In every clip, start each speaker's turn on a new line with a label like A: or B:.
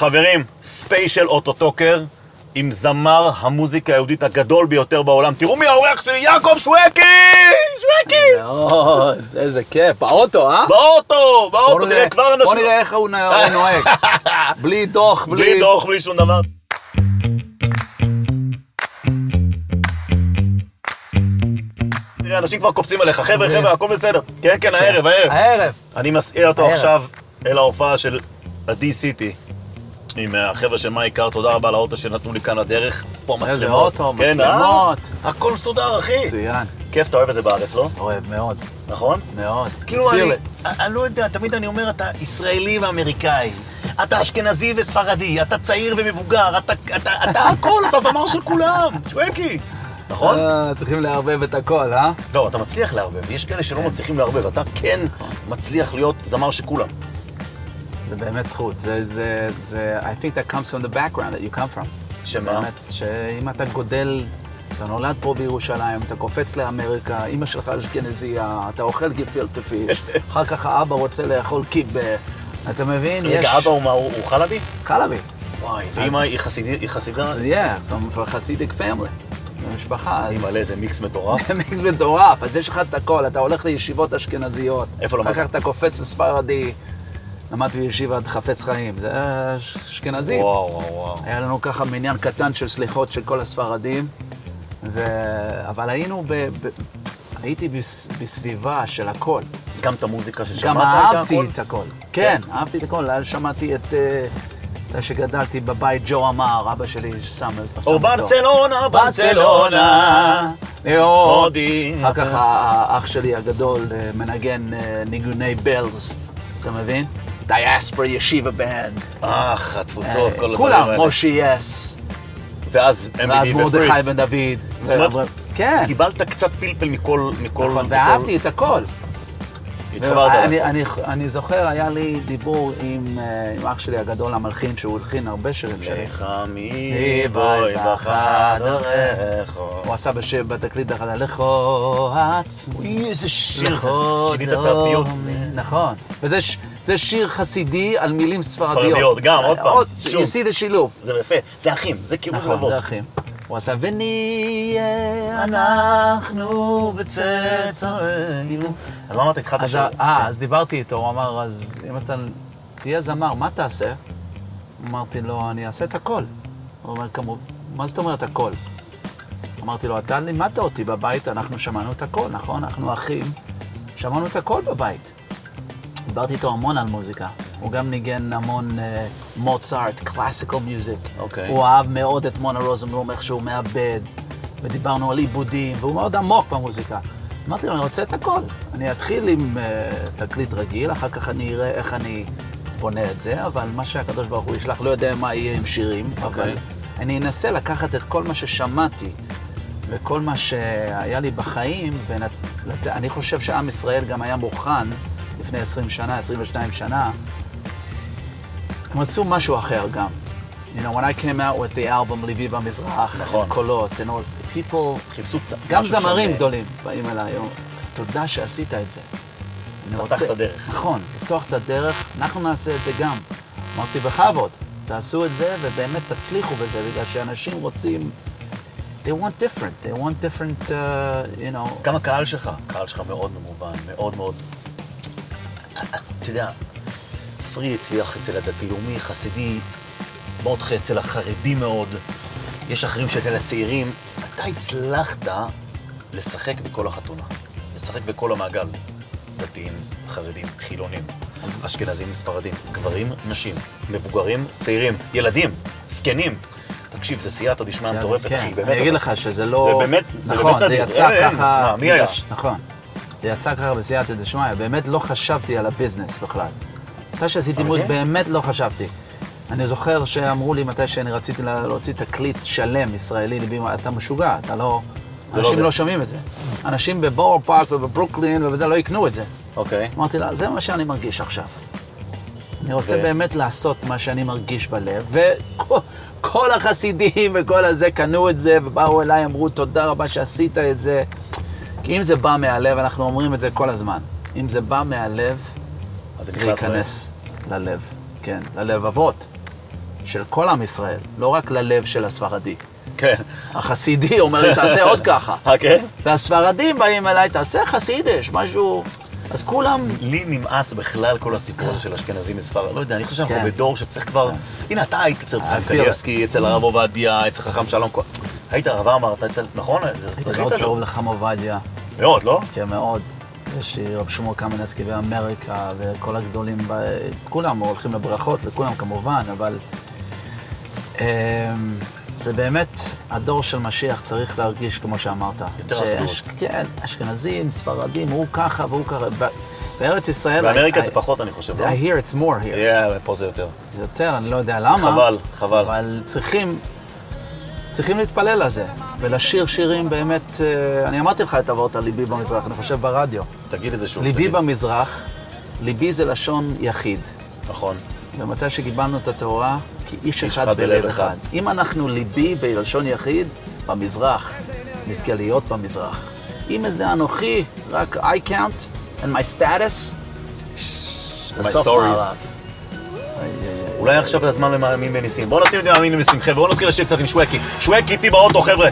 A: חברים, ספיישל אוטוטוקר עם זמר המוזיקה היהודית הגדול ביותר בעולם. תראו מי האורח שלי, יעקב שווקי! שווקי!
B: מאוד, איזה כיף. באוטו, אה?
A: באוטו, באוטו,
B: בוא
A: תראה
B: נראה-
A: כבר
B: בוא
A: אנשים...
B: נראה איך הוא נ- הוא נוהג. בלי דוח, בלי...
A: בלי דוח, בלי שום דבר. תראה, אנשים כבר קופצים עליך. חבר'ה, חבר'ה, הכל בסדר. כן, כן, הערב, הערב.
B: הערב.
A: אני מסעיר אותו
B: הערב.
A: עכשיו אל ההופעה של עדי סיטי. עם החבר'ה של מאי קר, תודה רבה על האוטו שנתנו לי כאן לדרך. פה מצלמות.
B: איזה אוטו,
A: כן, אה?
B: מצלמות.
A: הכל מסודר, אחי.
B: מצוין.
A: כיף, אתה אוהב את זה בארץ, לא?
B: אוהב מאוד,
A: נכון?
B: מאוד.
A: כאילו, אני,
B: Feel
A: אני לא יודע, תמיד אני אומר, אתה ישראלי ואמריקאי. אתה אשכנזי וספרדי, אתה צעיר ומבוגר, אתה, אתה, אתה הכל, אתה זמר של כולם, שווקי. נכון?
B: אה, צריכים לערבב את הכל, אה?
A: לא, אתה מצליח לערבב, יש כאלה שלא מצליחים לערבב, אתה כן מצליח להיות זמר של כולם.
B: זה באמת זכות. זה, זה, זה, I think that comes from the background that you come from.
A: שמה?
B: באמת, שאם אתה גודל, אתה נולד פה בירושלים, אתה קופץ לאמריקה, אימא שלך אשכנזייה, אתה אוכל גפילטה פיש, אחר כך האבא רוצה לאכול קיבה. אתה מבין? יש...
A: רגע, אבא הוא מה, הוא הוא חלבי?
B: חלבי.
A: וואי, ואמא היא חסידית, היא חסידה?
B: אז יהיה, from חסידיק פמילי. משפחה.
A: היא מלא איזה מיקס מטורף.
B: מיקס מטורף, אז יש לך את הכל, אתה הולך לישיבות אשכנזיות.
A: איפה למדת?
B: אחר כך אתה קופץ לספרדי, למד בישיבת חפץ חיים. זה אה, ש- אשכנזים.
A: וואו, וואו, וואו.
B: היה לנו ככה מניין קטן של סליחות של כל הספרדים, ו... אבל היינו ב... ב... הייתי בס... בסביבה של הכל.
A: גם את המוזיקה ששמעת
B: גם
A: הייתה
B: אהבתי
A: הכל?
B: את הכל. כן, אהבתי את הכל. אז שמעתי את... אה, זה שגדלתי בבית, ג'ו אמר, אבא שלי שם שם
A: או
B: אותו.
A: ברצלונה, ברצלונה.
B: מאוד.
A: הודי.
B: אחר כך ה- ה- האח שלי הגדול אה, מנגן אה, ניגוני בלז, אתה מבין? דיאספר ישיבה בנד.
A: אך, התפוצות, כל הדברים
B: אה, כולם,
A: האלה.
B: מושי יס,
A: ואז
B: ואז
A: MBD
B: מרדכי בן
A: ופריץ.
B: דוד.
A: זאת אומרת,
B: וחברי- כן,
A: קיבלת קצת פלפל מכל... מכל...
B: נכון,
A: מכל-
B: ואהבתי את הכל.
A: התחברת אליו.
B: אני- אני- אני זוכר, היה לי דיבור עם אה, עם אח שלי הגדול, המלחין, שהוא הלחין הרבה שירים שלי.
A: לך מי בואי בחדרך.
B: הוא עשה בש- בתקליט אחד, לכו אץ.
A: אוי, איזה שיר זה.
B: לכו
A: שינית את האפיות.
B: דום. נכון. וזה ש- זה שיר חסידי על מילים ספרדיות.
A: ספרדיות, גם, עוד פעם, שוב.
B: יסי זה שילוב.
A: זה יפה. זה אחים, זה קירוב
B: נכון,
A: לבבות.
B: זה אחים. הוא עשה ונהיה אנחנו בצאצאינו.
A: אז למה אתה התחלת
B: אז
A: שיר?
B: ה- אה, אז דיברתי איתו, הוא אמר, אז אם אתה תהיה זמר, מה תעשה? אמרתי לו, אני אעשה את הכל. הוא אומר, כמו, מה זאת אומרת הכל? אמרתי לו, אתה לימדת אותי בבית, אנחנו שמענו את הכל, נכון? אנחנו אחים, שמענו את הכל בבית. דיברתי איתו המון על מוזיקה. הוא גם ניגן המון אה, מוצרט, קלאסיקל מיוזיק.
A: אוקיי.
B: הוא אהב מאוד את מונה רוזנבלום, איך שהוא מעבד, ודיברנו על עיבודים, והוא מאוד עמוק במוזיקה. אמרתי לו, אני רוצה את הכל. אני אתחיל עם אה, תקליט רגיל, אחר כך אני אראה איך אני בונה את זה, אבל מה שהקדוש ברוך הוא ישלח, לא יודע מה יהיה עם שירים, אבל
A: אוקיי.
B: אני אנסה לקחת את כל מה ששמעתי וכל מה שהיה לי בחיים, ואני חושב שעם ישראל גם היה מוכן לפני 20 שנה, 22 שנה, הם רצו משהו אחר גם. You know, when I came out with the album "לוי במזרח",
A: נכון. אה,
B: קולות, and all, people,
A: חיפשו קצת.
B: גם
A: משהו
B: זמרים
A: שונה.
B: גדולים באים אליי, "יו, תודה שעשית את זה. אני
A: פתח
B: רוצה-
A: את הדרך.
B: נכון, לפתוח את הדרך, אנחנו נעשה את זה גם. אמרתי, בכבוד, תעשו את זה ובאמת תצליחו בזה, בגלל שאנשים רוצים... They want different, they want different, uh, you know...
A: גם הקהל שלך, הקהל שלך מאוד מגוון, מאוד מאוד... אתה יודע, פרי הצליח אצל הדתי-לאומי, חסידי, מותחה אצל החרדי מאוד, יש אחרים שאצל הצעירים. אתה הצלחת לשחק בכל החתונה, לשחק בכל המעגל. דתיים, חרדים, חילונים, אשכנזים, ספרדים, גברים, נשים, מבוגרים, צעירים, ילדים, זקנים. תקשיב, זה סייעתא דשמיא מטורפת,
B: כן,
A: אחי, באמת.
B: אני אגיד
A: אתה-
B: לך שזה לא...
A: זה באמת- זה
B: נכון,
A: באמת
B: זה
A: נדיר.
B: יצא
A: אין,
B: ככה...
A: מה, מי היה?
B: נכון. זה יצא ככה בסייעתא דשמיא, באמת לא חשבתי על הביזנס בכלל. מתי שעשיתי מוד,
A: אוקיי.
B: באמת לא חשבתי. אני זוכר שאמרו לי מתי שאני רציתי לה- להוציא תקליט שלם ישראלי לבימה, אתה משוגע, אתה לא...
A: זה לא
B: אנשים
A: זה.
B: לא שומעים את זה. אנשים בבור פארק ובברוקלין ובזה לא יקנו את זה.
A: אוקיי.
B: אמרתי לה, זה מה שאני מרגיש עכשיו. אני רוצה
A: ו-
B: באמת לעשות מה שאני מרגיש בלב, וכל החסידים וכל הזה קנו את זה, ובאו אליי, אמרו, תודה רבה שעשית את זה. כי אם זה בא מהלב, אנחנו אומרים את זה כל הזמן. אם זה בא מהלב,
A: אז זה
B: זה
A: נכנס ל-
B: ייכנס ללב. כן, ללבבות. של כל עם ישראל, לא רק ללב של הספרדי.
A: כן.
B: החסידי אומר לי, תעשה עוד ככה.
A: אה, כן?
B: והספרדים באים אליי, תעשה חסידש, משהו... אז כולם...
A: לי נמאס בכלל כל הסיפור הזה של אשכנזים מספר, לא יודע, אני חושב שאנחנו
B: כן. אה,
A: בדור שצריך כבר... הנה, אתה היית אצל חכם
B: אפילו.
A: קניבסקי, אצל הרב עובדיה, אצל חכם שלום. כהן. היית הרב עמאר, אתה אצל... נכון?
B: היית
A: זכית
B: מאוד
A: לו.
B: קרוב לחם עובדיה,
A: מאוד, לא?
B: כן, מאוד. יש לי רב שמואל קמנצקי באמריקה, וכל הגדולים, ב... כולם הולכים לברכות, לכולם כמובן, אבל... אמ, זה באמת, הדור של משיח צריך להרגיש כמו שאמרת.
A: יותר
B: שאש-
A: אחדות.
B: כן, אשכנזים, ספרדים, הוא ככה והוא ככה. ב- בארץ ישראל...
A: באמריקה
B: I-
A: זה פחות, אני חושב,
B: I
A: לא?
B: hear it's more here.
A: כן, פה זה יותר.
B: יותר, אני לא יודע למה.
A: חבל, חבל.
B: אבל צריכים, צריכים להתפלל על זה, ולשיר שירים באמת, אה, אני אמרתי לך את עברת ליבי במזרח, אני חושב ברדיו.
A: תגיד את זה שוב.
B: ליבי
A: תגיד.
B: במזרח, ליבי זה לשון יחיד.
A: נכון.
B: ומתי שקיבלנו את התורה, כי איש
A: איש
B: אחד
A: אחד
B: בלב
A: בלב
B: אחד.
A: אחד.
B: אם אנחנו ליבי בלשון יחיד, במזרח, נזכה להיות במזרח. אם זה אנוכי, רק I count and my status,
A: My
B: לסוף
A: stories. אולי עכשיו זה הזמן למאמין בניסים. בואו נשים את מאמין בניסים, חבר'ה, בואו נתחיל לשיר קצת עם שווקי. שווקי איתי באוטו, חבר'ה.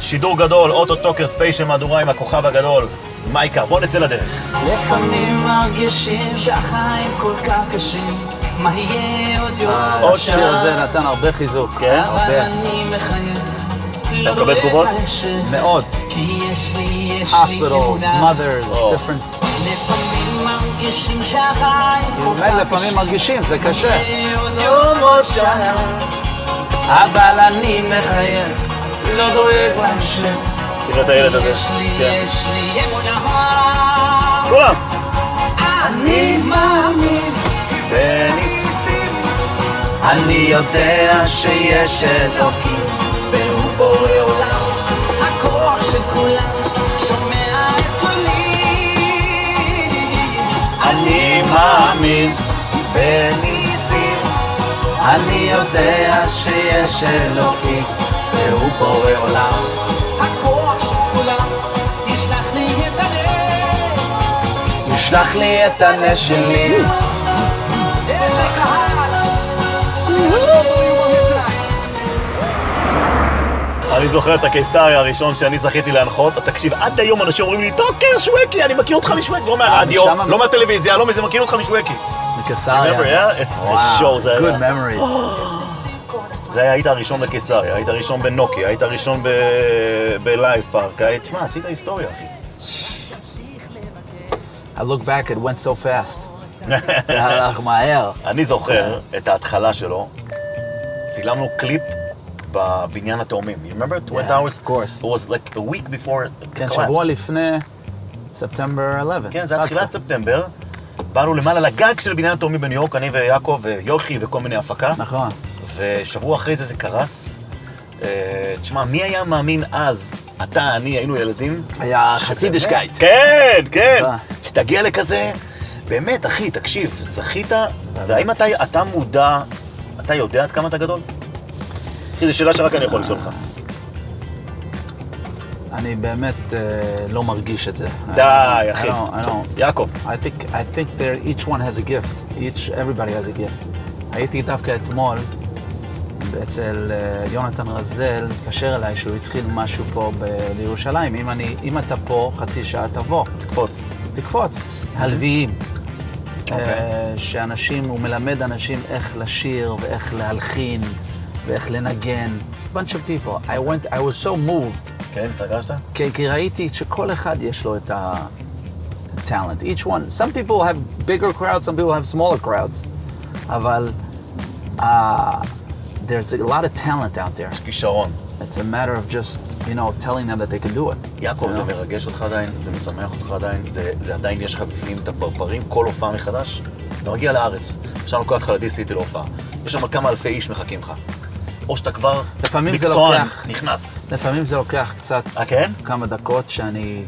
A: שידור גדול, אוטוטוקר ספיישל מהדורה עם הכוכב הגדול. מייקה, בואו נצא לדרך.
C: לפעמים מרגישים שהחיים כל כך קשים, מה יהיה עוד יום?
A: עוד
B: השיר הזה נתן הרבה חיזוק.
A: כן?
C: אבל
B: אה, הרבה.
C: אני מחייך. לא
A: אתה מקבל תגובות?
B: מאוד.
C: כי יש לי, יש לי
B: hospitals,
C: אמונה.
B: mothers,
A: Oh.
B: different...
C: לפעמים מרגישים שהחיים כל כך
B: אולי לפעמים מרגישים, זה קשה.
C: יהיה עוד יום עוד שנה, אבל אני מחייך, לא דואג להמשך.
A: תראה את הילד הזה.
C: יש לי,
A: כן.
C: יש לי אמונה.
A: כולם!
C: אני מאמין.
A: בניסים.
C: אני יודע שיש אלוקים, והוא בורא עולם, הכוח של כולם, שומע את קולי. אני מאמין בניסים, אני יודע שיש אלוקים, והוא בורא עולם, הכוח של כולם, ישלח לי את הנס, ישלח לי את הנס שלי. איזה קהל!
A: אני זוכר את הקיסריה הראשון שאני זכיתי להנחות. תקשיב, עד היום אנשים אומרים לי, טוקר, שווקי, אני מכיר אותך משווקי. לא
B: שמה-
A: מהרדיו, לא מהטלוויזיה, לא מזה, מכיר אותך משווקי. Remember,
B: מקיסריה.
A: yeah? איזה show זה היה.
B: אה, Good memories.
A: זה היה, היית הראשון בקיסריה, היית הראשון בנוקי, היית הראשון ב- בלייב פארק. היית- תשמע, עשית היסטוריה, אחי.
B: I look back, it went so fast. זה הלך מהר.
A: אני זוכר
B: כן.
A: את ההתחלה שלו, צילמנו קליפ בבניין התאומים. You remember? it went
B: Yeah,
A: hours?
B: of course.
A: It was like a week before the
B: כן,
A: collapse.
B: שבוע לפני ספטמבר 11.
A: כן, זה היה תחילת ספטמבר. באנו למעלה לגג של בניין התאומים בניו יורק, אני ויעקב ויוכי וכל מיני הפקה.
B: נכון.
A: ושבוע אחרי זה זה קרס. אה, תשמע, מי היה מאמין אז, אתה, אני, היינו ילדים?
B: היה
A: שבאמת-
B: חסידישקייט.
A: כן, כן.
B: אה.
A: שתגיע לכזה, באמת, אחי, תקשיב, זכית, והאם אתה, אתה מודע, אתה יודע עד כמה אתה גדול? אחי, זו שאלה שרק אני יכול לשאול אותך.
B: אה, אני באמת אה, לא מרגיש את זה.
A: די,
B: I
A: אחי.
B: don't- I don't.
A: יעקב,
B: I think I think there each one has a gift. Each everybody has a gift. הייתי דווקא אתמול אצל אה, יונתן רזל, התקשר אליי שהוא התחיל משהו פה ב- בירושלים. אם, אני, אם אתה פה, חצי שעה תבוא,
A: קפוץ.
B: תקפוץ.
A: Mm-hmm.
B: הלוויים.
A: אוקיי.
B: אה, שאנשים, הוא מלמד אנשים איך לשיר ואיך להלחין ואיך לנגן. bunch of people. I went, I was so moved.
A: כן, התרגשת?
B: כי, כי ראיתי שכל אחד יש לו את ה-talent. each one. Some people have bigger crowds, some people have smaller crowds. אבל uh, there's a lot of talent out there.
A: כישרון.
B: It's a matter of just, you know, telling them that they can do it.
A: יעקב,
B: you
A: זה
B: know?
A: מרגש אותך עדיין? זה משמח אותך עדיין? זה, זה עדיין יש לך בפנים את הפרפרים כל הופעה מחדש? אתה מגיע לארץ, עכשיו לוקח אותך ל-D-City להופעה. יש שם כמה אלפי איש מחכים לך. או שאתה כבר
B: לפעמים זה
A: מקצוען,
B: לוקח.
A: נכנס.
B: לפעמים זה לוקח קצת
A: אה, כן?
B: כמה דקות שאני...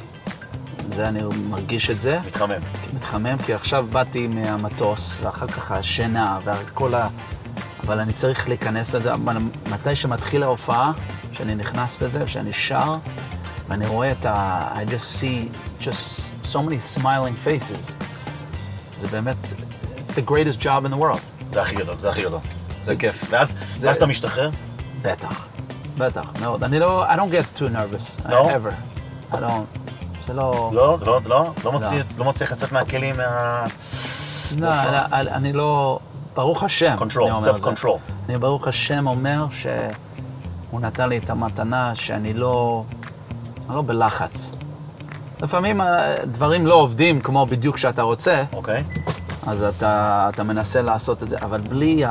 B: זה, אני מרגיש את זה.
A: מתחמם.
B: מתחמם, כי עכשיו באתי מהמטוס, ואחר כך השינה, וכל ה... אבל אני צריך להיכנס בזה, אבל מתי שמתחיל ההופעה, שאני נכנס בזה, ושאני שר, ואני רואה את ה... I just see just so many smiling faces. זה באמת, it's the greatest job in the world.
A: זה הכי גדול, זה הכי גדול. זה כיף. ואז
B: זה-
A: ואז אתה משתחרר?
B: בטח, בטח, מאוד. אני לא, I don't get too nervous,
A: לא?
B: ever. I don't, זה לא...
A: לא, לא, לא, לא מצליח- לא מצליח לצאת מהכלים, מה...
B: לא, אני- אני- אני לא... ברוך השם,
A: Control,
B: אני אומר את זה.
A: self-control.
B: אני ברוך השם אומר שהוא נתן לי את המתנה שאני לא... אני לא בלחץ. לפעמים אה, דברים לא עובדים כמו בדיוק שאתה רוצה,
A: אוקיי?
B: נכון. אז אתה, אתה מנסה לעשות את זה, אבל בלי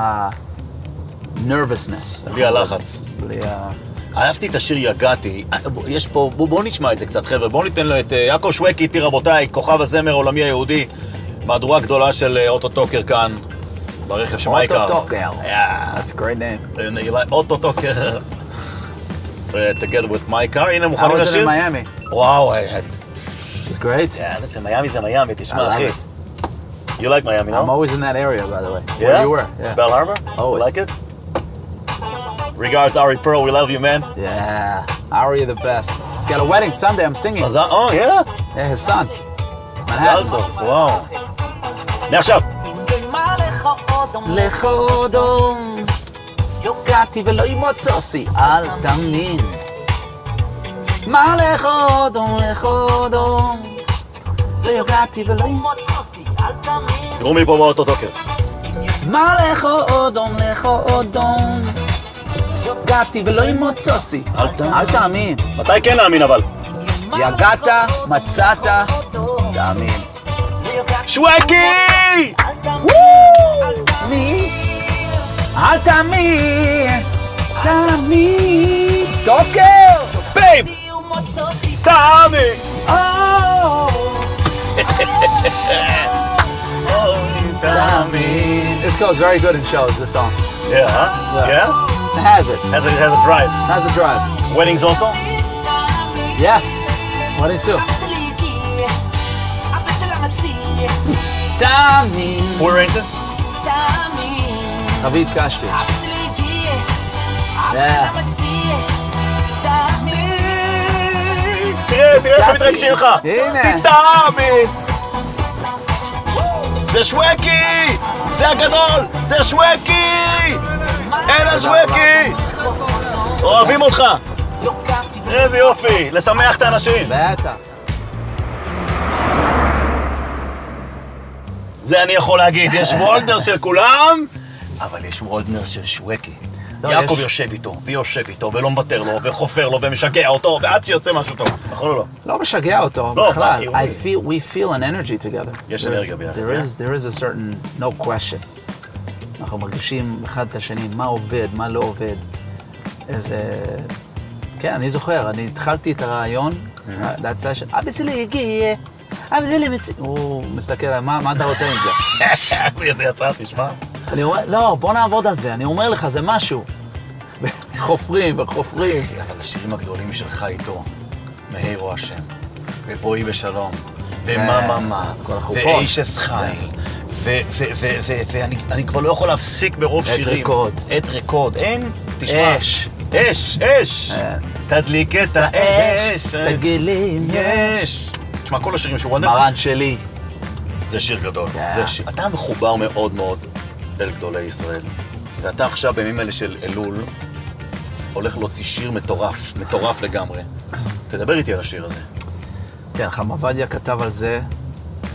B: ה-nervousness.
A: בלי הלחץ.
B: בלי ה...
A: אהבתי את השיר יגעתי, יש פה, בואו בוא נשמע את זה קצת חבר'ה, בואו ניתן לו את אה, יעקב שווקי, איתי רבותיי, כוכב הזמר העולמי היהודי, מהדורה גדולה של אה, אוטו טוקר כאן, ברכב שמה אה, העיקר?
B: אוטוטוקר.
A: Yeah.
B: That's a great name.
A: And you like אוטו טוקר. אה, together with my car, הנה מוכנים
B: I was in
A: לשיר?
B: Miami.
A: וואו, אה, אה,
B: It's great.
A: יאללה, זה מיאמי זה מיאמי,
B: I
A: תשמע
B: love
A: אחי.
B: it.
A: You like Miami,
B: I'm
A: no?
B: always in that area, by the way.
A: Yeah?
B: Where you were. Yeah.
A: Bell Harbor?
B: Always.
A: Like it? Regards, Ari Pearl, we love you, man.
B: Yeah. Ari the best. He's got a wedding Sunday. I'm singing.
A: מזל, oh, yeah?
B: Yeah, his son.
A: מזל
B: Manhattan.
A: טוב, וואו. מעכשיו.
C: מה לך עוד אומר?
B: לך עוד אום, יוגעתי ולא ימוצוסי, אל תמנין. מה לך עוד אום, לך עוד אום, לא יוגעתי ולא
C: מוצוסי, אל תאמין.
A: תראו מי פה באוטו טוקר.
B: מה לך עוד אום, לך עוד אום, יוגעתי ולא ימוצוסי,
A: אל תאמין.
B: אל תאמין.
A: מתי כן להאמין אבל?
B: יגעת, מצאת, תאמין.
A: שוואקי!
B: מי? אל תאמין, תאמין. טוקר!
A: בייב! תאמין!
B: או!
A: תאמין.
B: This goes very good in shows, this song.
A: Yeah, huh?
B: Yeah.
A: Yeah?
B: It has it.
A: Has a, has a drive.
B: Has a drive.
A: Weddings also?
B: Yeah. What is it? Dami.
A: Four ranges?
B: David Kashfi. Yeah.
A: תראה, תראה איך הם מתרגשים לך!
B: הנה.
A: זה תאמין! זה שוואקי! זה הגדול! זה שוואקי! אלה שוואקי! אוהבים אותך! איזה יופי! לשמח את האנשים!
B: בטח.
A: זה אני יכול להגיד, יש וולדנר של כולם, אבל יש וולדנר של שווקי.
B: לא,
A: יעקב
B: יש-
A: יושב איתו, ויושב איתו, ולא מוותר לו, וחופר לו, ומשגע אותו, ועד שיוצא משהו טוב, נכון או לא?
B: לא משגע אותו
A: לא,
B: בכלל.
A: מה,
B: I
A: חיובי.
B: feel, we feel an energy together.
A: יש
B: There's-
A: אנרגיה ביחד,
B: There is, there is a certain, no question. אנחנו מרגישים אחד את השני, מה עובד, מה לא עובד. איזה... כן, אני זוכר, אני התחלתי את הרעיון, להצעה של אבא שלי הגיע, אבא שלי מצ... הוא מסתכל עליי, "מה- מה אתה רוצה עם זה?
A: איזה יצא, תשמע.
B: אני אומר, לא, בוא נעבוד על זה, אני אומר לך, זה משהו. חופרים וחופרים.
A: אבל השירים הגדולים שלך איתו, מהירו השם, ובואי בשלום, ומה מה מה,
B: כן. כל החופות.
A: ואיש אס חיל, ו- ו- ו- ו- ואני אני כבר לא יכול להפסיק ברוב
B: עת
A: שירים.
B: ריקוד.
A: עת ריקוד. אין, תשמע.
B: אש. כן.
A: אש, אש. תדליק את האש.
B: תגיד לי אם יש.
A: יש! תשמע, כל השירים שהוא וונדר,
B: מרן שלי.
A: זה שיר גדול.
B: כן.
A: זה שיר, אתה מחובר מאוד מאוד אל גדולי ישראל, ואתה עכשיו, בימים אלה של אלול, הולך להוציא שיר מטורף, מטורף לגמרי. תדבר איתי על השיר הזה.
B: כן, חם עבדיה כתב על זה,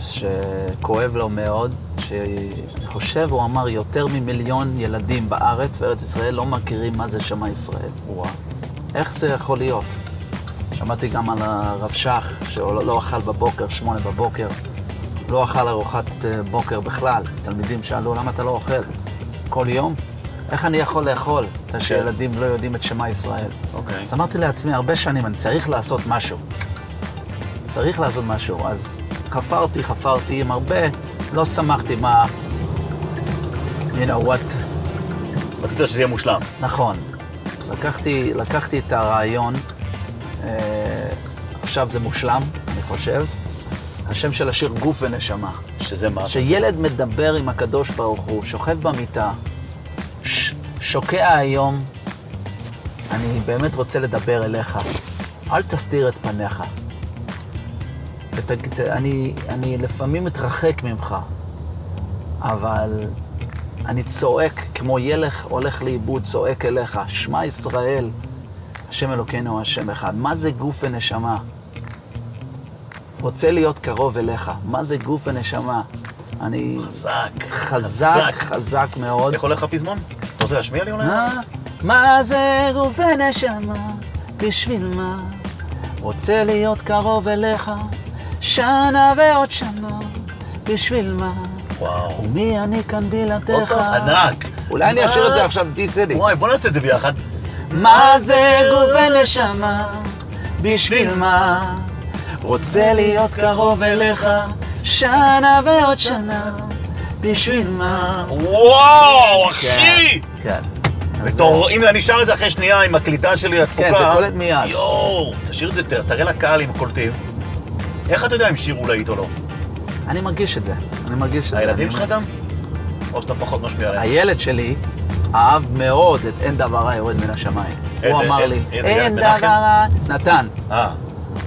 B: שכואב לו מאוד, שאני חושב, הוא אמר, יותר ממיליון ילדים בארץ, בארץ ישראל, לא מכירים מה זה שמע ישראל.
A: וואו.
B: איך זה יכול להיות? שמעתי גם על הרב שך, שלא לא אכל בבוקר, שמונה בבוקר, לא אכל ארוחת אה, בוקר בכלל. תלמידים שאלו, למה אתה לא אוכל? כל יום? איך אני יכול לאכול? זה שילדים לא יודעים את שמע ישראל.
A: אוקיי.
B: אז אמרתי לעצמי, הרבה שנים, אני צריך לעשות משהו. צריך לעשות משהו. אז חפרתי, חפרתי עם הרבה, לא שמחתי מה... you know what...
A: רצית שזה יהיה מושלם.
B: נכון. אז לקחתי, לקחתי את הרעיון, אה, עכשיו זה מושלם, אני חושב. השם של השיר גוף ונשמה.
A: שזה מה?
B: שילד מדבר עם הקדוש ברוך הוא, שוכב במיטה, ש- שוקע היום, אני באמת רוצה לדבר אליך. אל תסתיר את פניך. ות, ת, אני, אני לפעמים מתרחק ממך, אבל אני צועק כמו ילך הולך לאיבוד, צועק אליך, שמע ישראל, השם אלוקינו, השם אחד. מה זה גוף ונשמה? רוצה להיות קרוב אליך. מה זה גוף ונשמה? אני...
A: חזק. אה.
B: חזק, חזק מאוד.
A: איך הולך הפזמון? אתה רוצה להשמיע לי אולי?
B: מה? מה זה גוף ונשמה? בשביל מה? רוצה להיות קרוב אליך, שנה ועוד שנה, בשביל מה?
A: וואו.
B: ומי אני כאן
A: עוד
B: בלעדיך?
A: פעם, ענק.
B: אולי אני אשאיר את
A: מה?
B: זה עכשיו דיסלי.
A: וואי, בוא נעשה את זה ביחד.
B: מה זה גוף ונשמה? בשביל מה? רוצה להיות קרוב אליך, שנה ועוד שנה, בשביל מה?
A: וואו, אחי!
B: כן. אז
A: בתור, אם אני שר את זה אחרי שנייה עם הקליטה שלי הדפוקה...
B: כן, זה קולט מיד.
A: יואו, תשאיר את זה, ת- תראה לקהל אם קולטים. איך אתה יודע אם שיר הוא להיט או לא?
B: אני מרגיש את זה. אני מרגיש את זה.
A: הילדים
B: אני
A: שלך גם? או שאתה פחות משפיע עליהם?
B: הילד שלי אהב מאוד את אין דבר היורד מן השמיים.
A: איזה-
B: הוא אמר לי,
A: איזה ילד,
B: אין
A: מנחם?"
B: דבר... נתן.
A: אה.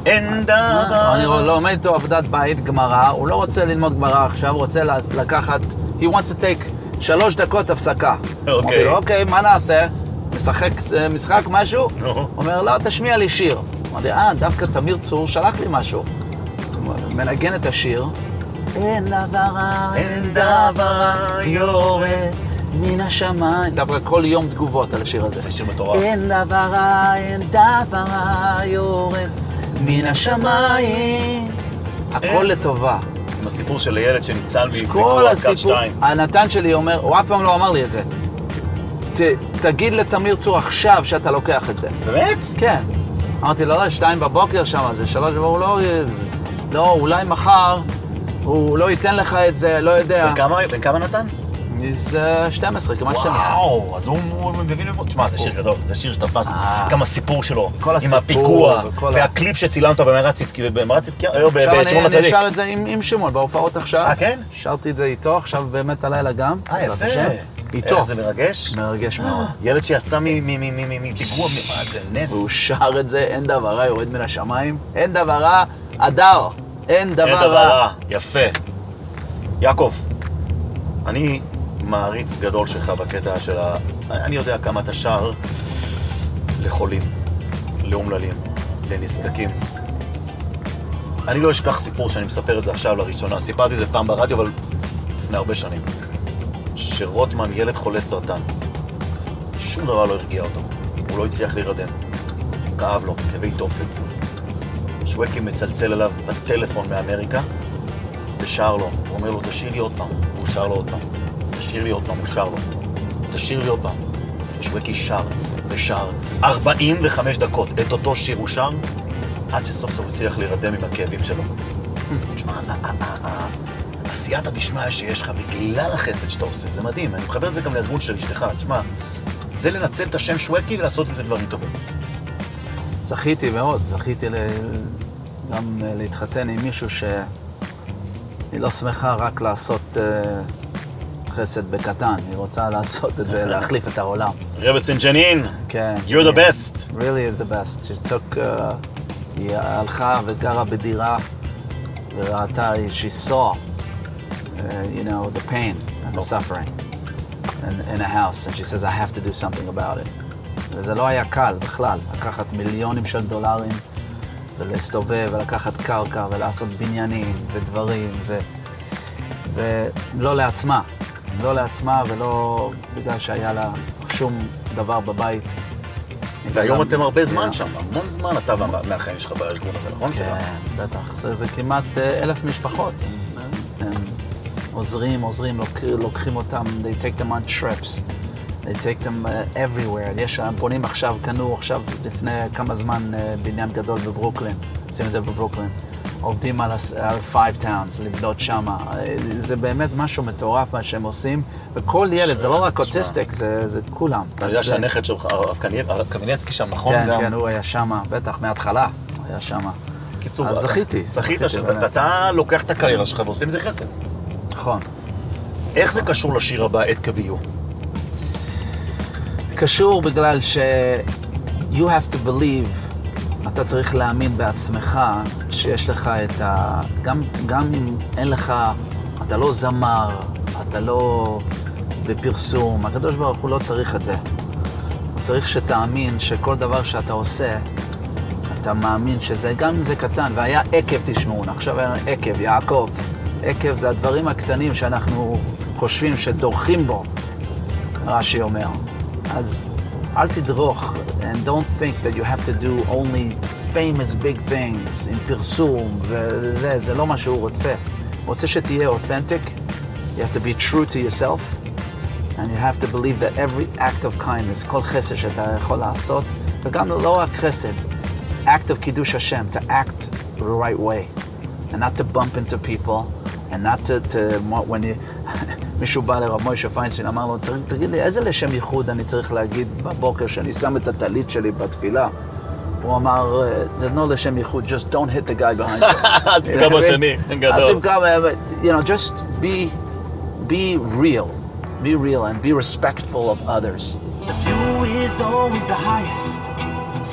A: אין
B: מה? אני
A: דבר.
B: לא לומד איתו עבודת בית גמרא, הוא לא רוצה ללמוד גמרא עכשיו, הוא רוצה לה- לקחת, he wants to take שלוש דקות הפסקה.
A: אוקיי.
B: אמרתי לו, אוקיי, מה נעשה? נשחק אה, משחק, משהו?
A: נו.
B: הוא אומר, לא, תשמיע לי שיר. אמרתי, אה, דווקא תמיר צור שלח לי משהו. הוא מנגן את השיר. אין דבר רע,
A: אין דבר יורד.
B: מן השמיים. דווקא כל יום תגובות על השיר הזה.
A: זה שיר מטורף.
B: אין דבר רע, אין דבר רע יורד מן השמיים. הכל
A: אין.
B: לטובה.
A: עם הסיפור של הילד שניצל מפיגוע אה?
B: כל
A: קו
B: הסיפור,
A: 2.
B: הנתן שלי אומר, הוא אף פעם לא אמר לי את זה. ת, תגיד לתמיר צור עכשיו שאתה לוקח את זה.
A: באמת?
B: כן. אמרתי לו, לא, שתיים בבוקר שם, זה שלוש, והוא לא, לא, אולי מחר, הוא לא ייתן לך את זה, לא יודע.
A: בן כמה- בן כמה נתן?
B: זה 12, כמעט 12.
A: וואו, אז הוא- הוא מבין לפה. תשמע, זה שיר גדול, זה שיר שתפס
B: אה.
A: גם הסיפור שלו,
B: כל
A: עם
B: הסיפור
A: הפיגוע,
B: וכל ה-
A: והקליפ שצילמת במערת צדקי, במערת צדקי, לא, ב-
B: עכשיו
A: בתרום
B: אני- אני
A: הצדיק.
B: שר את זה עם, עם שמעון בהופעות עכשיו.
A: אה, כן?
B: שרתי את זה איתו, עכשיו באמת הלילה גם.
A: אה,
B: בעזרת
A: יפה. אה.
B: השם. איתו.
A: איך זה מרגש?
B: מרגש מאוד.
A: ילד שיצא מ- מ- מ- מ- מ- מפיגוע, מ- מה זה נס?
B: והוא שר את זה, אין דבר רע יורד מן השמיים, אין דבר רע, אדר, אין דבר
A: אין
B: רע.
A: דבר רע. יפה. יעקב, אני מעריץ גדול שלך בקטע של ה... אני יודע כמה אתה שר לחולים, לאומללים, לנזקקים. אני לא אשכח סיפור שאני מספר את זה עכשיו לראשונה. סיפרתי את זה פעם ברדיו, אבל לפני הרבה שנים. שרוטמן, ילד חולה סרטן, שום דבר לא הרגיע אותו. הוא לא הצליח להירדם. כאב לו, כאבי תופת. שווקי מצלצל אליו בטלפון מאמריקה ושר לו, הוא אומר לו, תשאיר לי עוד פעם, והוא שר לו עוד פעם, תשאיר לי עוד פעם, הוא שר לו, תשאיר לי עוד פעם. שווקי שר ושר 45 דקות את אותו שיר הוא שר, עד שסוף סוף הוא הצליח להירדם עם הכאבים שלו. תשמע, אה, ה- ה- ה- ה- הסייעתא דשמיא שיש לך בגלל החסד שאתה עושה, זה מדהים, אני מחבר את זה גם לארגון של אשתך, תשמע, זה לנצל את השם שווקי ולעשות עם זה דברים טובים.
B: זכיתי מאוד, זכיתי ל... גם אה, להתחתן עם מישהו שהיא לא שמחה רק לעשות אה, חסד בקטן, היא רוצה לעשות את זה, להחליף את העולם.
A: רבץ אינג'נין,
B: כן.
A: you're the best.
B: really is the best. She took, uh, היא הלכה וגרה בדירה וראתה, she saw, uh, you know, the pain and
A: Oh.
B: the suffering in, in a house, and she says, I have to do something about it. וזה לא היה קל בכלל, לקחת מיליונים של דולרים ולהסתובב ולקחת קרקע ולעשות בניינים ודברים ו... ולא לעצמה, לא לעצמה ולא בגלל שהיה לה שום דבר בבית.
A: והיום אתם הרבה
B: כן.
A: זמן שם, המון זמן אתה וה- מהחיים שלך בארגון הזה, נכון?
B: כן,
A: שלך?
B: בטח. זה, זה כמעט אה, אלף משפחות. הם,
A: Mm-hmm.
B: הם, הם עוזרים, עוזרים, לוק, לוקחים אותם, they take them on trips. They take them uh, everywhere. יש, הם בונים עכשיו, קנו עכשיו לפני כמה זמן אה, בניין גדול בברוקלין. עושים את זה בברוקלין. עובדים על, הס- על five towns, לבנות שמה. אה, זה באמת משהו מטורף מה שהם עושים. וכל ילד, זה לא רק
A: תשמע.
B: אוטיסטיק, זה, זה כולם.
A: אני יודע
B: אז, אה,
A: שהנכד שלך, הרב קניאל- הרב קמינצקי שם, נכון?
B: כן,
A: גם?
B: כן, הוא היה שמה, בטח, מההתחלה הוא היה שמה.
A: קיצור,
B: אז
A: אתה-
B: זכיתי.
A: אה, זכית, ש-
B: באמת.
A: ואתה לוקח את הקריירה שלך ועושה עם זה חסד.
B: נכון.
A: איך זה קשור לשיר הבא, עת כביו?
B: קשור בגלל ש... you have to believe, אתה צריך להאמין בעצמך שיש לך את ה... גם, גם אם אין לך, אתה לא זמר, אתה לא ופרסום. הקדוש ברוך הוא לא צריך את זה. הוא צריך שתאמין שכל דבר שאתה עושה, אתה מאמין שזה, גם אם זה קטן, והיה עקב תשמעון, עכשיו היה עקב, יעקב. עקב זה הדברים הקטנים שאנחנו חושבים שדורכים בו, רש"י אומר. אז אל תדרוך, and don't think that you have to do only famous big things, עם פרסום, וזה, זה לא מה שהוא רוצה. הוא רוצה שתהיה authentic, you have to be true to yourself, and you have to believe that every act of kindness, כל חסד שאתה יכול לעשות, וגם לא רק חסד, act of קידוש השם, to act the right way, and not to bump into people, and not to, to when you... מישהו בא לרב מוישה פיינשטיין, אמר לו, "תגיד- תגיד לי, איזה לשם ייחוד אני צריך להגיד בבוקר שאני שם את הטלית שלי בתפילה? הוא אמר, there's no לשם ייחוד, just don't hit the guy behind you.
A: אל
B: אה,
A: תפגע בשני,
B: אל
A: גדול.
B: תפגע, ב- ב- you know, just be, be real. Be real and be respectful of others.
D: The view is always the highest.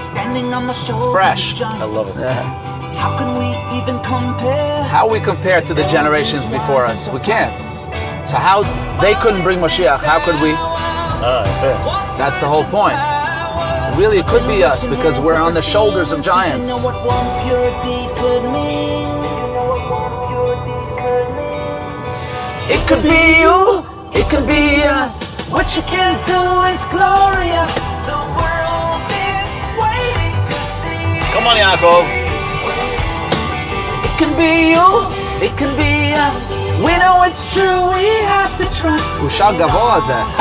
D: Standing on the shoulders
B: fresh.
D: of giants.
A: I love it.
B: Yeah.
D: How can we even compare?
B: Uh, How we compare to the generations before us, we can't. So how they couldn't bring Mashiach, how could we?
A: אה, יפה.
B: That's the whole point. Really, it could be us because we're on the shoulders of giants.
D: Do you know what one pure deed could mean?
B: It could be you.
D: It could be us. What you can do is glorious. The world is waiting to see.
A: Come on, יעקב.
D: It can be you. It can be us. We know it's true. We have to trust.
B: הוא שר גבוה זה. Too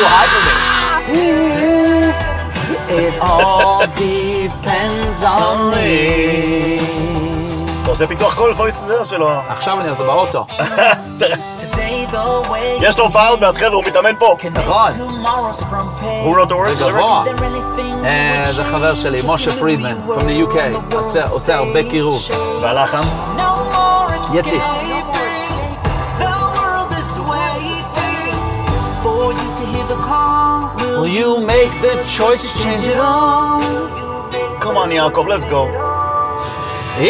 B: high for me.
D: It all depends on
A: אתה אה, עושה פיתוח קול voice זהו שלו.
B: עכשיו אני עושה באוטו.
D: Today the way.
A: יש לו פאול בעד חבר'ה, הוא מתאמן פה.
D: Can
B: נכון.
D: make tomorrow's from pain.
A: הוא לא דורס?
B: זה גבוה.
D: Is there anything you
B: אה,
D: would
B: Eh, זה
D: change
B: חבר שלי,
D: if
B: משה
D: you knew
B: פרידמן,
D: you
B: from the
D: were
B: UK.
D: on the
B: עושה-
D: world
B: עושה הרבה
D: stage?
B: קירוב.
A: והלחן?
D: No more
B: יצי.
D: escaping. The world is waiting for you to hear the call.
B: Will you make the choice to change it all?
A: Come on, יעקב, let's go.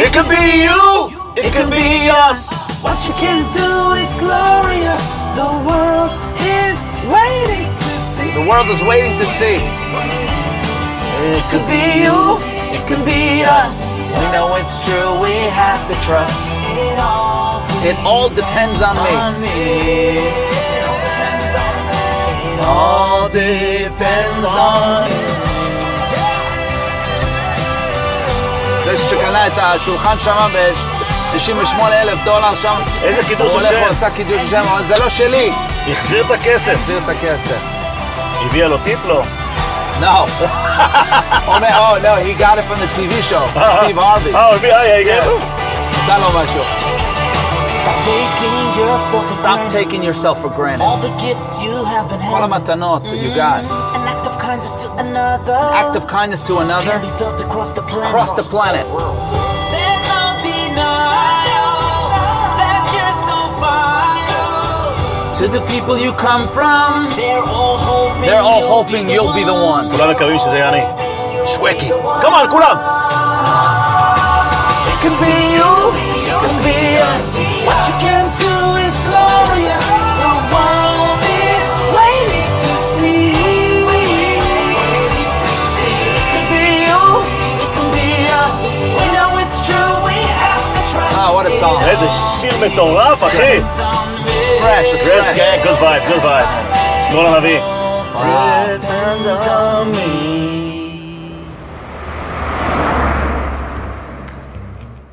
B: It
A: could be you! It could be us!
D: What you can do is glorious. The world is waiting to see.
B: The world is waiting to see.
A: It could
D: be you. It can be us. We know it's true. We have to trust. It all
B: It all depends on me.
D: depends on me.
A: all depends on
B: זה שקנה את השולחן שם ב-98 אלף דולר שם.
A: איזה קידוש
B: הוא
A: השם.
B: הולך, הוא עשה קידוש השם, אבל זה לא שלי.
A: החזיר את הכסף.
B: תחזיר את הכסף.
A: הביאה לו טיפ? לא.
B: No. אומר, oh no, he got it from the TV show,
A: Oh.
B: Steve Harvey.
A: אה, הוא הביא, אה, אה, אה, אה.
B: נתן לו משהו.
D: Stop taking yourself for
B: Stop
D: granted.
B: taking yourself for granted.
D: all the gifts you have been
B: כל
D: handed.
B: המתנות that you got.
D: An act of kindness to another.
B: Act of kindness to
D: can
B: another
D: be felt across the planet.
B: across the planet.
D: There's no denial that you're so far.
B: To the people you come from,
D: They're all hoping.
B: they're all hoping you'll be the one.
A: כולם מקווים שזה יהיה אני. שווקי. כמה, כולם!
D: It can be you, it can be us. What you can do is glorious. The world is waiting to see. It can be you, it can be us. We know it's true, we have to trust.
B: Ah, what a song.
A: איזה שיר מטורף, אחי!
D: It's on me.
B: Fresh, it's
A: Yes,
B: fresh.
A: כן, good vibe, good vibe. שמואל הנביא.
B: Wow.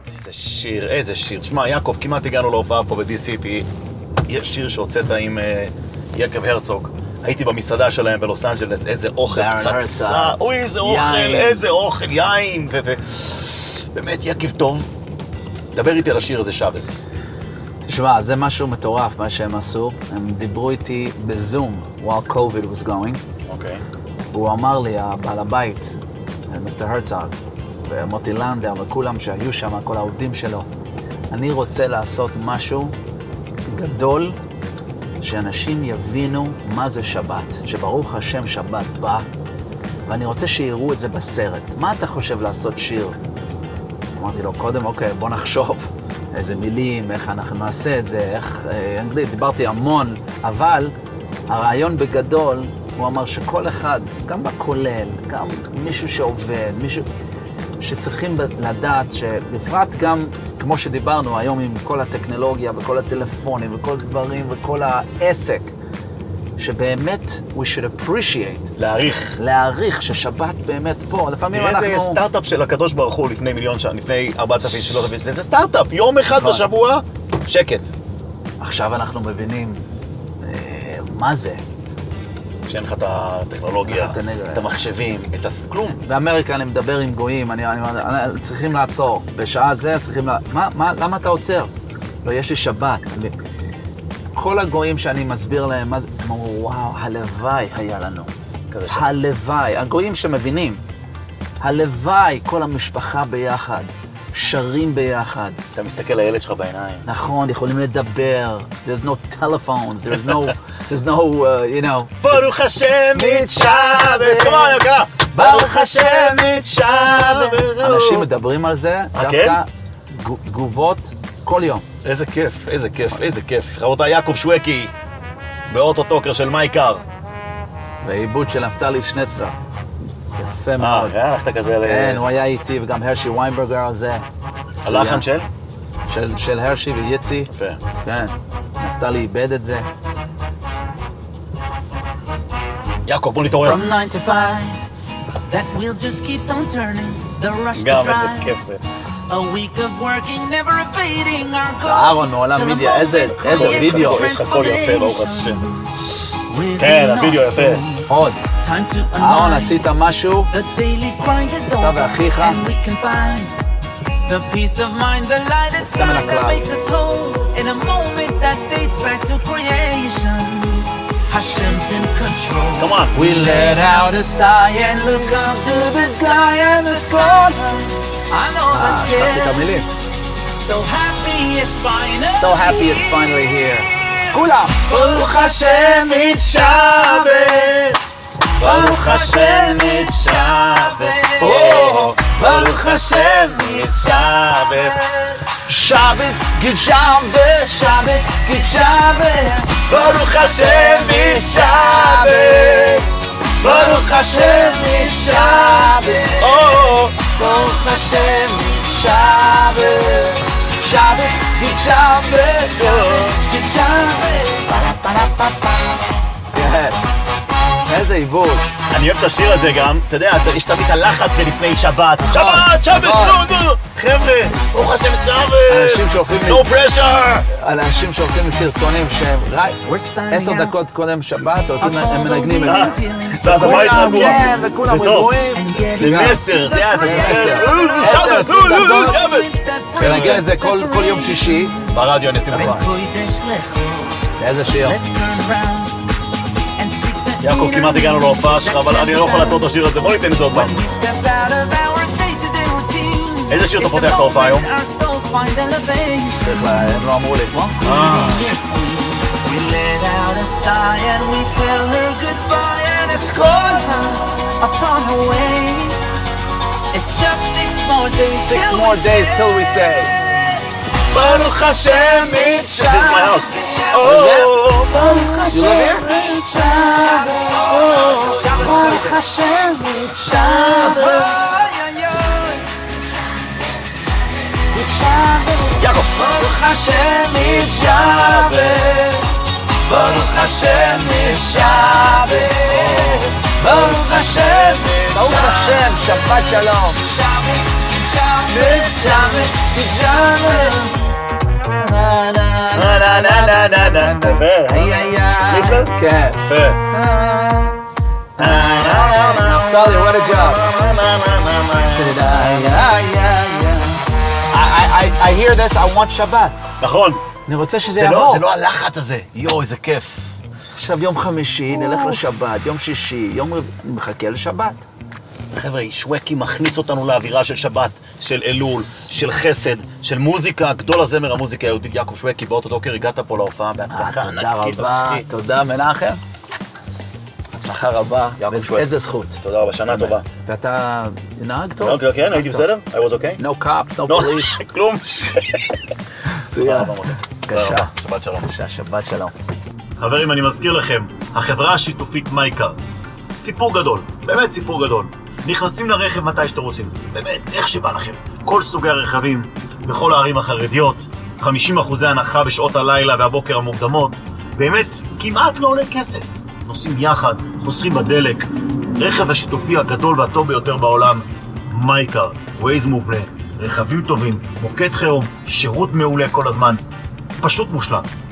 A: איזה שיר, איזה שיר. שמע, יעקב, כמעט הגענו להופעה פה ב-D-City. יש שיר שהוצאת עם אה, יקב הרצוג. הייתי במסעדה שלהם בלוס אנג'לס, איזה אוכל,
B: בארון
A: פצצה.
B: הרצוג.
A: אוי, איזה אוכל,
B: יין.
A: איזה אוכל, יין. ו- ו- באמת, יקב טוב. דבר איתי על השיר הזה, שבס.
B: תשמע, זה משהו מטורף מה שהם עשו. הם דיברו איתי בזום, while COVID was going.
A: אוקיי.
B: והוא אמר לי, הבעל הבית, מיסטר הרצוג, ומוטי לנדר, וכולם שהיו שם, כל העובדים שלו, אני רוצה לעשות משהו גדול, שאנשים יבינו מה זה שבת, שברוך השם שבת בא, ואני רוצה שיראו את זה בסרט. מה אתה חושב לעשות שיר? אמרתי לו, קודם, אוקיי, בוא נחשוב. איזה מילים, איך אנחנו נעשה את זה, איך... אה, אנגלית, דיברתי המון, אבל הרעיון בגדול, הוא אמר שכל אחד, גם בכולל, גם מישהו שעובד, מישהו... שצריכים ב- לדעת שבפרט גם, כמו שדיברנו היום עם כל הטכנולוגיה וכל הטלפונים וכל הדברים וכל העסק, שבאמת we should appreciate,
A: להעריך.
B: להעריך ששבת באמת פה, לפעמים
A: תראה
B: אנחנו...
A: איזה סטארט-אפ של הקדוש ברוך הוא לפני מיליון שנה, לפני 4,000, 3,000, זה סטארט-אפ, יום אחד
B: נכון.
A: בשבוע, שקט.
B: עכשיו אנחנו מבינים אה, מה זה.
A: שאין לך את הטכנולוגיה,
B: את הנגע.
A: את אה. המחשבים, את הס... כלום.
B: באמריקה אני מדבר עם גויים, אני, אני, אני, צריכים לעצור. בשעה זה צריכים ל... מה, מה, למה אתה עוצר? לא, יש לי שבת. אני, כל הגויים שאני מסביר להם מה זה, הם אמרו, וואו, הלוואי היה לנו.
A: כזה ש-
B: הלוואי. הגויים שמבינים. הלוואי, כל המשפחה ביחד, שרים ביחד.
A: אתה מסתכל לילד שלך בעיניים.
B: נכון, יכולים לדבר. There's no telephones, there's no, there's no, uh, you know.
A: ברוך השם מתשבס, כמובן, יקרה. ברוך השם מתשבס.
B: אנשים מדברים על זה,
A: אה,
B: דווקא גו- תגובות כל יום.
A: איזה כיף, איזה כיף, איזה כיף. רבותיי, יעקב שווקי, באוטו טוקר של מייקר.
B: והעיבוד של נפתלי שנצר. יפה
A: אה,
B: מאוד.
A: הלכת כזה ל...
B: כן, הוא היה איתי, וגם הרשי ויינברגר על זה.
A: הלחן
B: מצוין.
A: של?
B: של? של הרשי ויצי.
A: יפה.
B: כן, נפתלי איבד את זה.
A: יעקב, בוא נתעורר.
D: From nine to five, that wheel just keeps on turning. The rush to
A: גם איזה
D: drive,
A: כיף זה.
D: a week of working, never evading our goal.
B: אהרון, מעולם
D: till the
B: מדיה, איזה-
D: moment
B: איזה
D: creates
B: וידאו.
A: יש לך קול יפה, ברוך השם.
D: Within
A: כן, הוידאו
D: us.
A: יפה.
B: עוד.
D: Time to
B: אהרון,
D: unwind.
B: עשית משהו?
D: The daily grind is
B: אתה
D: over,
B: ואחיך.
D: and we can find the peace of mind, the light inside that
B: הכלל.
D: makes us whole in a moment that dates back to creation. Hashem's in control.
A: כמובן.
D: We let out a sigh and look up to the sky and the stars. I know
B: אה,
D: that
B: שכחתי את המילים.
D: so happy it's finally
B: So happy it's finally here. כולם!
A: ברוך השם מתשבס, ברוך השם מתשבס, או, ברוך השם מתשבס,
B: שבס, גיד שבס, שבס, גיד שבס.
A: ברוך השם מתשבס, ברוך השם Oh, מתשבס, או,
B: ברוך השם, שבס. שבס, גיד שבס,
A: oh.
B: גיד שבס. כן. איזה עיבוד.
A: אני אוהב את השיר הזה גם, אתה יודע, יש תמיד את הלחץ זה לפני שבת, שבת, שבס,
B: נכון.
A: נו, נו, חבר'ה, ברוך השם
B: אנשים
A: מתשבס,
B: שהולכים
A: no pressure!
B: אנשים שהולכים לסרטונים שהם רק
D: We're signing
B: עשר
D: out.
B: דקות קודם שבת, עושים להם, הם
D: Although
B: מנגנים
D: we've
B: את
A: אה?
B: זה.
D: been dealing
A: ואז הבית
B: כולם,
A: רגוע.
B: כן,
A: זה
B: וכולם
A: טוב.
B: רגועים.
A: זה מסר, זה היה, אתה זוכר, "אה, שבס,
B: עשר,
A: אה, אה,
B: עשר
A: שבס.
B: ננגן את זה כל כל יום שישי.
A: ברדיו אני אשים את זה.
B: איזה שיר.
A: יעקב, כמעט הגענו להופעה שלך, אבל אני לא יכול לעצור את השיר הזה, בוא ניתן את זה עוד פעם.
D: איזה שיר אתה פותח את ההופעה היום?
B: צריך לה- הם לא אמרו לי.
A: אה.
D: We let out a sigh and we tell her goodbye and escort her upon her way. It's just six more days.
B: Six
D: till
B: more
D: we
B: days
D: say
B: till we say.
A: ברוך השם מתשבס. This is my house.
D: Shabbat,
A: Oh, ברוך
B: You
A: השם
B: live here?
D: Shabbos, oh, Shabbos kodesh.
A: מתשבס.
D: Ay, ay, ay.
A: יעקב.
D: ברוך השם משבת, ברוך השם משבת, ברוך השם
B: ברוך השם, שבת שלום.
D: משבת, משבת, משבת, משבת.
B: נה, נה, נה.
A: נה נה נה נה נה נה נה. יפה.
B: איי, איי, איי.
A: שליסל?
B: כן.
A: יפה. נה נה נה נה.
B: נפתלי, what a job.
A: נה נה נה נה נה.
B: Yeah, yeah, yeah. I, I, I- I hear this, I want שבת.
A: נכון.
B: אני רוצה שזה
A: זה לא-
B: יעבור.
A: זה לא הלחץ הזה. יואו, איזה כיף.
B: עכשיו יום חמישי, נלך לשבת, יום שישי, יום רביעי, אני מחכה לשבת.
A: חבר'ה, שווקי מכניס אותנו לאווירה של שבת, של אלול, של חסד, של מוזיקה, גדול הזמר המוזיקה היהודית, יעקב אוקיי, שווקי, אה, באוטו דוקר, הגעת פה להופעה בהצלחה
B: אה,
A: ענקית.
B: תודה רבה,
A: אחי.
B: תודה מנחם. בהצלחה רבה.
A: יעקב
B: ואיז-
A: שואל.
B: איזה זכות.
A: תודה רבה, שנה טובה.
B: ואתה נהג טוב?
A: אוקיי, כן, הייתי
B: נהג טוב.
A: בסדר? I was okay?
B: No cops, no
A: לא,
B: police.
A: כלום. תודה רבה, מוטי. תודה
B: בבקשה.
A: רבה. שבת שלום.
B: בבקשה, שבת שלום.
A: חברים, אני מזכיר לכם, החברה השיתופית מייקר, סיפור גדול, באמת סיפור גדול. נכנסים לרכב מתי שאתם רוצים, באמת, איך שבא לכם. כל סוגי הרכבים, בכל הערים החרדיות, 50% הנחה בשעות הלילה והבוקר המוקדמות, באמת, כמעט לא עולה כסף. נוסעים יחד, חוסכים בדלק, רכב השיתופי הגדול והטוב ביותר בעולם, מייקר, ווייז מובנה, רכבים טובים, מוקד חירום, שירות מעולה כל הזמן, פשוט מושלם.